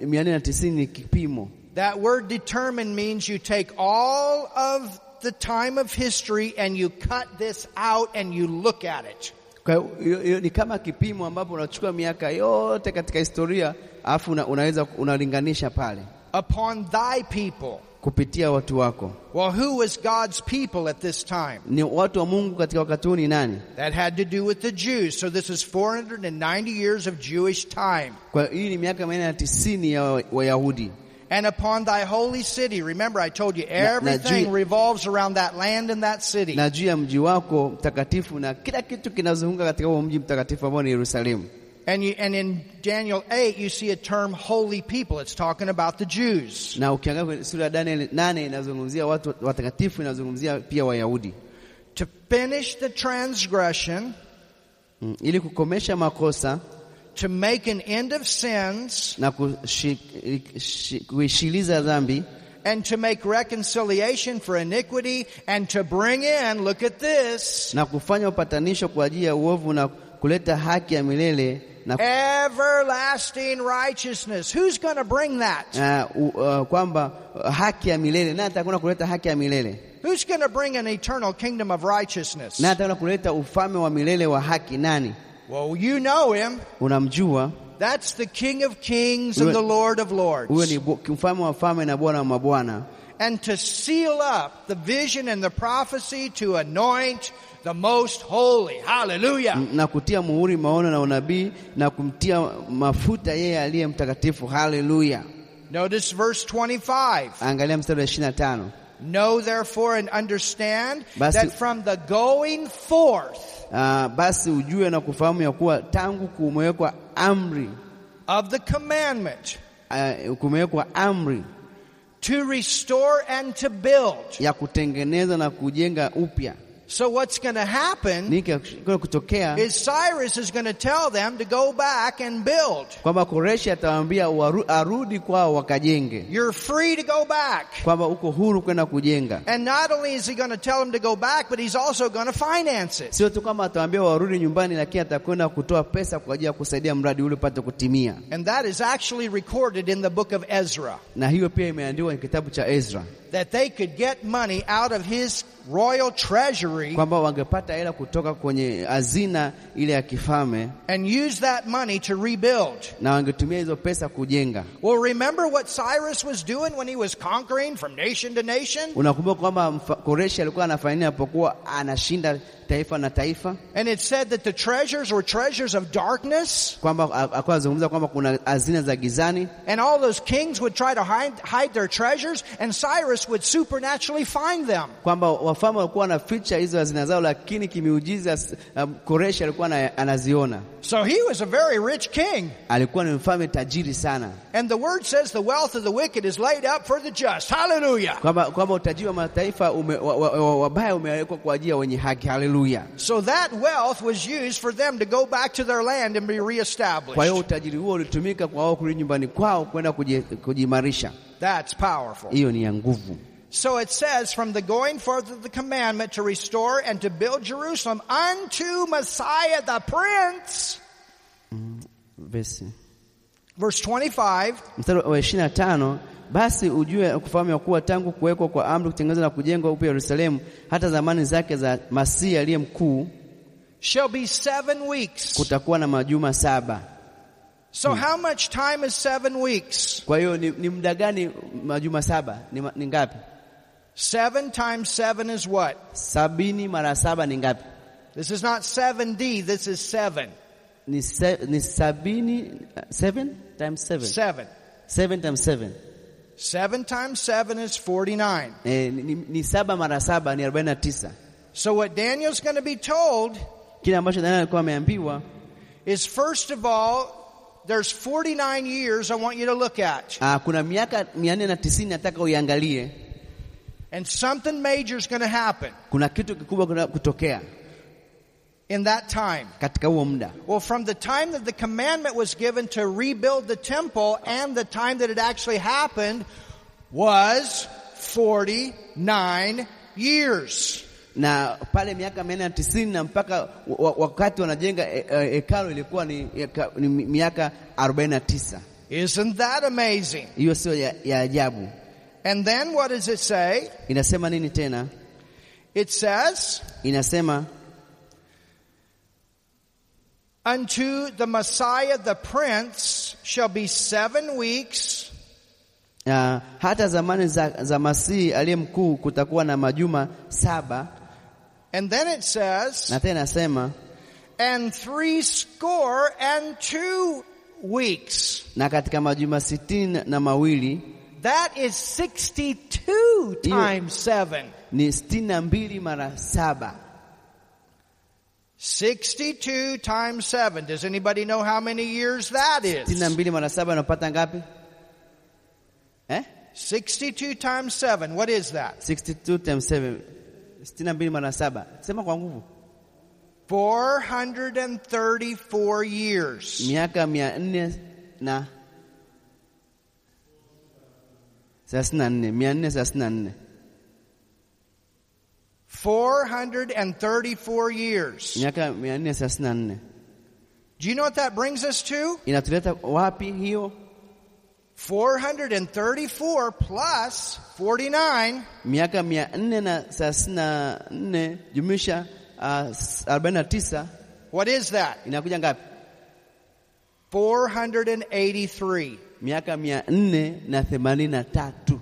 mia nne na tisini ni kipimo
That word determined means you take all of the time of history and you cut this out and you look at it.
Kwa hiyo- hiyo hiyo ni kama kipimo ambapo unachukua miaka yote katika historia alafu una, unaweza unalinganisha pale
Upon thy people.
kupitia watu wako.
Well, who was God's people at this time?
Ni watu wa Mungu katika wakati huu ni nani?
That had to do with the Jews. So this is 490 years of Jewish time.
Kwa hiyo hii ni miaka mia nne na tisini ya wa- Wayahudi
And upon thy holy city. Remember, I told you everything
Jew-
revolves around that land and that city.
na juu ya mji wako mtakatifu na kila kitu kinazunguka katika huo mji mtakatifu ambao ni Yerusalemu.
And, you, and in Daniel 8, you see a term holy people. It's talking about the Jews.
Na ukiangalia kwenye sura ya Danieli nane inazungumzia watu watakatifu, inazungumzia pia Wayahudi
to finish the transgression,
mm, ili kukomesha makosa
to make an end of sins,
na kushi- shi- kuishiliza dhambi
and to make reconciliation for iniquity, and to bring in, look at this,
na kufanya upatanisho kwa ajili ya uovu na kuleta haki ya milele na
everlasting righteousness. Who's going to bring that?
na, u- uh, kwamba uh, haki ya milele naye atakwenda kuleta haki ya milele
Who's going to bring an eternal kingdom of righteousness?
naye atakwenda kuleta ufalme wa milele wa haki. Nani
Well, you know him.
unamjua?
That's the King of Kings and
Huyo-
the Lord of
Huyo
Lords.
ni bu- mfalme wa wafalme na Bwana wa mabwana,
And to seal up the vision and the prophecy to anoint the most holy. Hallelujah.
na kutia muhuri maono na unabii na kumtia mafuta yeye aliye mtakatifu. Haleluya!
Notice verse 25.
Angalia mstari wa 25.
Know therefore and understand
Basi-
that from the going forth
Ah, basi ujue na kufahamu ya kuwa tangu kumewekwa amri
of the commandment
uh, kumewekwa amri
to restore and to build.
ya kutengeneza na kujenga upya.
So what's going to happen
Nini kinakwenda kutokea?
is Cyrus is going to tell them to go back and build.
Kwamba Koreshi atawaambia waru- arudi kwao wakajenge,
You're free to go back.
kwamba uko huru kwenda kujenga.
And not only is he going to tell them to go back, but he's also going to finance it.
Sio tu kwamba atawaambia warudi nyumbani, lakini atakwenda kutoa pesa kwa ajili ya kusaidia mradi ule upate kutimia,
And that is actually recorded in the book of Ezra.
na hiyo pia imeandikwa kwenye kitabu cha Ezra.
that they could get money out of his royal treasury
kwamba wangepata hela kutoka kwenye hazina ile ya kifalme
and use that money to rebuild.
na wangetumia hizo pesa kujenga.
Well, remember what Cyrus was doing when he was conquering from nation to nation?
Unakumbuka kwamba mfa- Koreshi alikuwa anafanya nini alipokuwa anashinda taifa na taifa,
And it said that the treasures were treasures of darkness,
kwamba a- alikuwa anazungumza kwamba kuna hazina za gizani
and all those kings would try to hide, hide their treasures, and Cyrus would supernaturally find them.
kwamba wafalme walikuwa wanaficha hizo hazina zao, lakini kimiujiza s- um, Koreshi alikuwa ana- anaziona.
So he was a very rich king.
Alikuwa ni mfalme tajiri sana,
And the word says the wealth of the wicked is laid up for the just. Hallelujah.
kwamba kwamba utajiri wa mataifa ume, wa, wa, wa, wabaya umewekwa kwa ajili ya wenye haki. Haleluya!
So that wealth was used for them to go back to their land and be
Kwa hiyo
reestablished.
utajiri huo ulitumika kwa wao kurudi nyumbani kwao kwenda kuji- kujiimarisha.
That's powerful.
Hiyo ni ya nguvu.
So it says, from the going forth of the commandment to restore and to build Jerusalem unto Messiah the Prince.
Vesi.
Verse 25,
Mstari wa 25 basi ujue kufahamu ya kuwa tangu kuwekwa kwa amri kutengeneza na kujenga upya Yerusalemu hata zamani zake za Masihi aliye mkuu
shall be seven weeks.
kutakuwa na majuma saba.
So how much time is seven weeks?
Kwa hiyo ni, ni muda gani majuma saba ni, ma- ni ngapi?
Seven times seven is what?
Sabini mara saba ni ngapi?
This is not 7D, this is seven.
Ni, se, ni sabini seven times seven.
Seven.
Seven times seven.
Seven times seven is 49.
E, ni, ni, ni saba mara saba ni arobaini na tisa.
So what Daniel's going to be told
Kile ambacho Daniel alikuwa ameambiwa
is first of all, there's 49 years I want you to look at.
ah, kuna miaka mia nne na tisini nataka uiangalie.
And something major is going to happen
Kuna kitu kikubwa kuna- kutokea
in that time.
katika huo muda
Well, from the time that the commandment was given to rebuild the temple and the time that it actually happened was 49 years.
na pale miaka mia nne na tisini na mpaka wa- wa- wakati wanajenga e- e- hekalu ilikuwa ni, eka- ni mi- miaka arobaini na tisa.
Isn't that amazing?
Hiyo sio ya, ya ajabu.
And then what does it say?
Inasema nini tena?
It says,
Inasema
Unto the Messiah the Prince shall be seven weeks,
uh, hata zamani za, za Masihi aliye mkuu kutakuwa na majuma saba,
and then it says,
na tena inasema
and three score and two weeks.
na katika majuma sitini na mawili
That is 62 times seven.
ni sitini na mbili mara saba.
62 times seven. Does anybody know how many years that
sitini na
is?
mbili mara saba unapata ngapi eh?
62 times seven. What is that?
62 times 7 sitini na mbili mara saba sema kwa nguvu
434 years.
miaka mia nne na thelathini na nne mia nne thelathini na nne
434 years.
miaka mia nne thelathini na nne
Do you know what that brings us to?
inatuleta wapi hiyo
434 plus 49
miaka mia nne na thelathini na nne jumisha arobaini na tisa
what is that
inakuja ngapi
483
miaka mia nne na themanini na tatu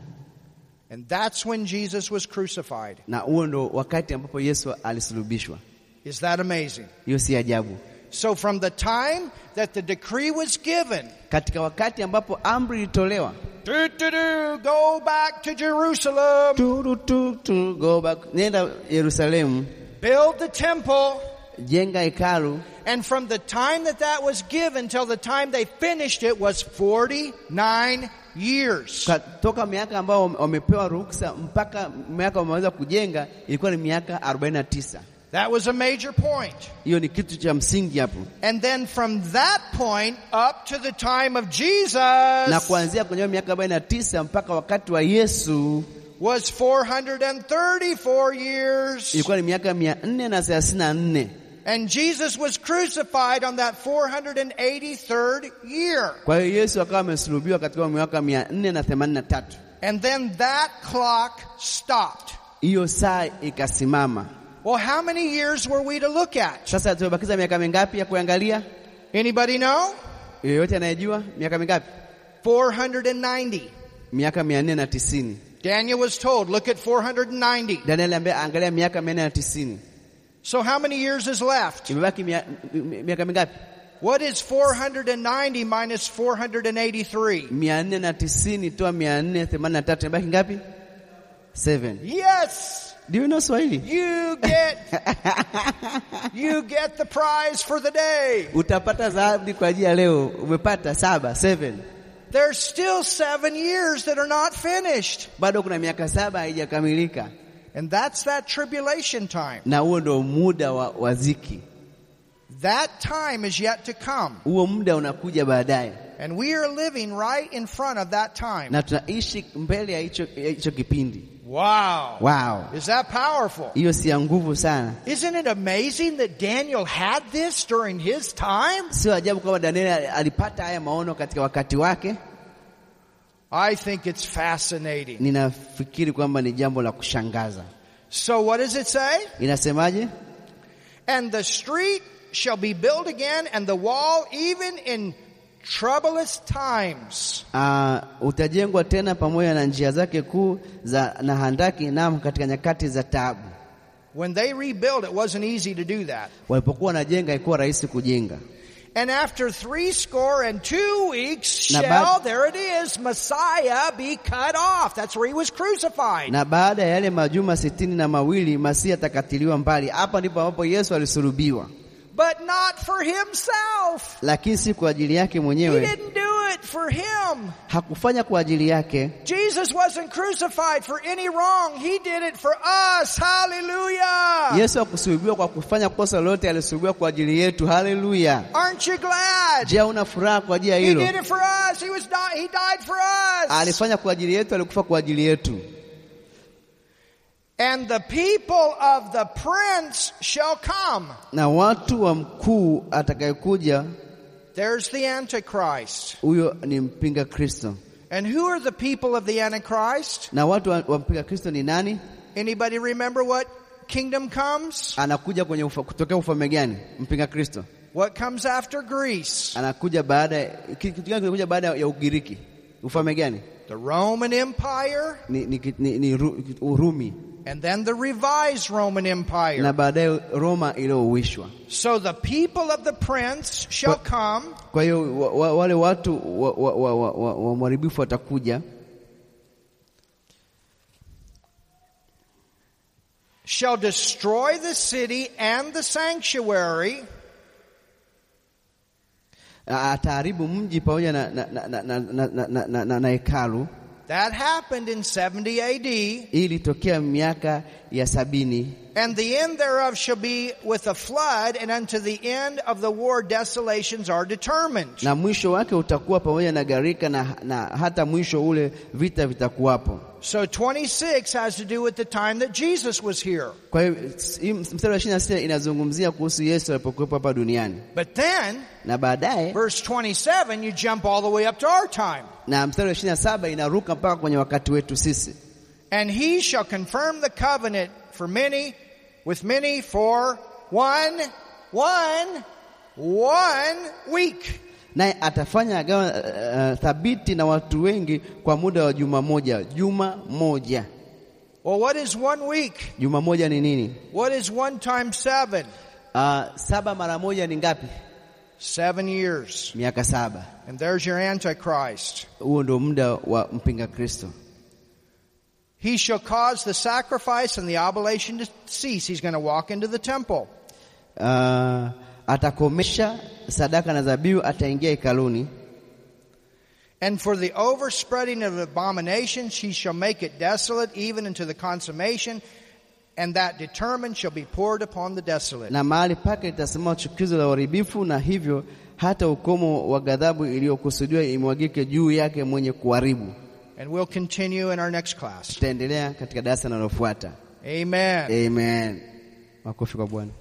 and that's when jesus was crucified
na huo ndo wakati ambapo Yesu alisulubishwa.
is that amazing
Hiyo si ajabu.
so from the time that the decree was given
Katika wakati ambapo amri ilitolewa
doo, doo, doo, go back to jerusalem
turu tu, tu, go back, nenda Yerusalemu,
build the temple
jenga hekalu,
and from the time that that was given till the time they finished it was 49 years
Ka- toka miaka ambao wame- wamepewa ruhusa mpaka miaka wameweza kujenga ilikuwa ni miaka 49.
that was a major point
Hiyo ni kitu cha msingi hapo,
And then from that point up to the time of Jesus
na kuanzia kwenye miaka 49 mpaka wakati wa Yesu
was 434 years.
ilikuwa ni miaka 434,
And Jesus was crucified on that 483rd year.
kwa hiyo Yesu akawa amesulubiwa katika miaka 483.
And then that clock stopped.
hiyo saa ikasimama.
Well, how many years were we to look at?
Sasa tumebakiza miaka mingapi ya kuangalia?
Anybody know?
Yoyote anayejua miaka mingapi?
490.
Miaka mia nne na tisini.
Daniel was told, look at 490.
Daniel ambaye angalia miaka mia nne na tisini
So how many years is left?
imebaki mia- mi- mi- miaka mingapi?
What is 490 minus 483?
mia nne na tisini toa mia nne themanini na tatu imebaki ngapi? Seven.
Yes!
Do you know Swahili?
You get You get the prize for the day.
Utapata zawadi kwa ajili ya leo. Umepata saba, seven.
There's still 7 years that are not finished.
Bado kuna miaka saba haijakamilika,
And that's that tribulation time.
na huo ndio muda wa, wa ziki.
That time is yet to come.
Huo muda unakuja baadaye,
And we are living right in front of that time.
na tunaishi mbele ya hicho ya hicho kipindi.
Wow.
Wow,
Is that powerful?
hiyo si ya nguvu sana.
Isn't it amazing that Daniel had this during his time?
Sio ajabu kwamba Daniel alipata haya maono katika wakati wake.
I think it's fascinating.
Ninafikiri kwamba ni jambo la kushangaza.
So what does it say?
Inasemaje?
And the street shall be built again and the wall even in troublous times.
Uh, utajengwa tena pamoja na njia zake kuu za na handaki, naam, katika nyakati za taabu.
When they rebuild, it wasn't easy to do that.
Walipokuwa wanajenga, haikuwa rahisi kujenga.
And after three score and two weeks
Na
shall,
ba-
there it is, Messiah be cut off. That's where he was crucified.
Na baada ya yale majuma sitini na mawili Masihi atakatiliwa mbali. Hapa ndipo ambapo Yesu alisulubiwa,
But not for himself.
lakini si kwa ajili yake
He
mwenyewe.
didn't do it for him.
Hakufanya kwa ajili yake.
Jesus wasn't crucified for any wrong. He did it for us. Hallelujah.
Yesu hakusulubiwa kwa kufanya kosa lolote, alisulubiwa kwa ajili yetu. Haleluya!
Aren't you glad?
Je, una furaha kwa ajili ya
He
hilo?
did it for us. He was di- he died for us.
Alifanya kwa ajili yetu, alikufa kwa ajili yetu.
And the people of the prince shall come.
Na watu wa mkuu atakayekuja
There's the antichrist.
huyo ni mpinga Kristo.
And who are the people of the antichrist?
Na watu wa- wa mpinga Kristo ni nani?
Anybody remember what kingdom comes?
Anakuja kwenye ufa, kutokea ufalme gani? Mpinga Kristo
What comes after Greece?
anakuja baada ya- ki- kitu gani kinakuja baada ya Ugiriki? Ufalme gani?
The Roman Empire
Ni, ni, ki- ni, ni Ru- Urumi
and then the revised Roman
na
Empire.
baadaye Roma iliyouishwa.
So the people of the prince shall
But-
come
Kwa hiyo wa, wa, wale watu wa, wa, wa, wa, wa, wa mwaribifu watakuja
shall destroy the city and the sanctuary.
na ataharibu mji pamoja na na na na, na, na, na, na, na, na, na hekalu.
That happened in 70 AD,
Hii ilitokea miaka ya sabini
and the end thereof shall be with a flood, and unto the end of the war desolations are determined.
na mwisho wake utakuwa pamoja na gharika na, na hata mwisho ule vita vitakuwapo.
So 26 has to do with the time that Jesus was here.
Kwa hiyo s- hii mstari wa 26 inazungumzia kuhusu Yesu alipokuwepo hapa duniani,
But then
na baadaye
Verse 27, you jump all the way up to our time.
na mstari wa 27 inaruka mpaka kwenye wakati wetu sisi,
And he shall confirm the covenant for many, with many for one, one, one week.
naye atafanya agano uh, thabiti na watu wengi kwa muda wa juma moja. Juma moja,
Well, what is one week?
juma moja ni nini?
What is one times seven?
Uh, saba mara moja ni ngapi?
Seven years.
Miaka saba.
And there's your Antichrist.
Huo ndio muda wa mpinga Kristo.
He shall cause the sacrifice and the oblation to cease. He's going to walk into the temple.
Ah, atakomesha sadaka na dhabihu, ataingia hekaluni,
And for the overspreading of abominations he shall make it desolate even unto the consummation, and that determined shall be poured upon the desolate.
na mahali pake litasimama chukizo la uharibifu, na hivyo hata ukomo wa ghadhabu iliyokusudiwa imwagike juu yake mwenye kuharibu.
And we'll continue in our next class.
Tutaendelea katika darasa linalofuata.
Amen.
Amen. Makofi kwa Bwana.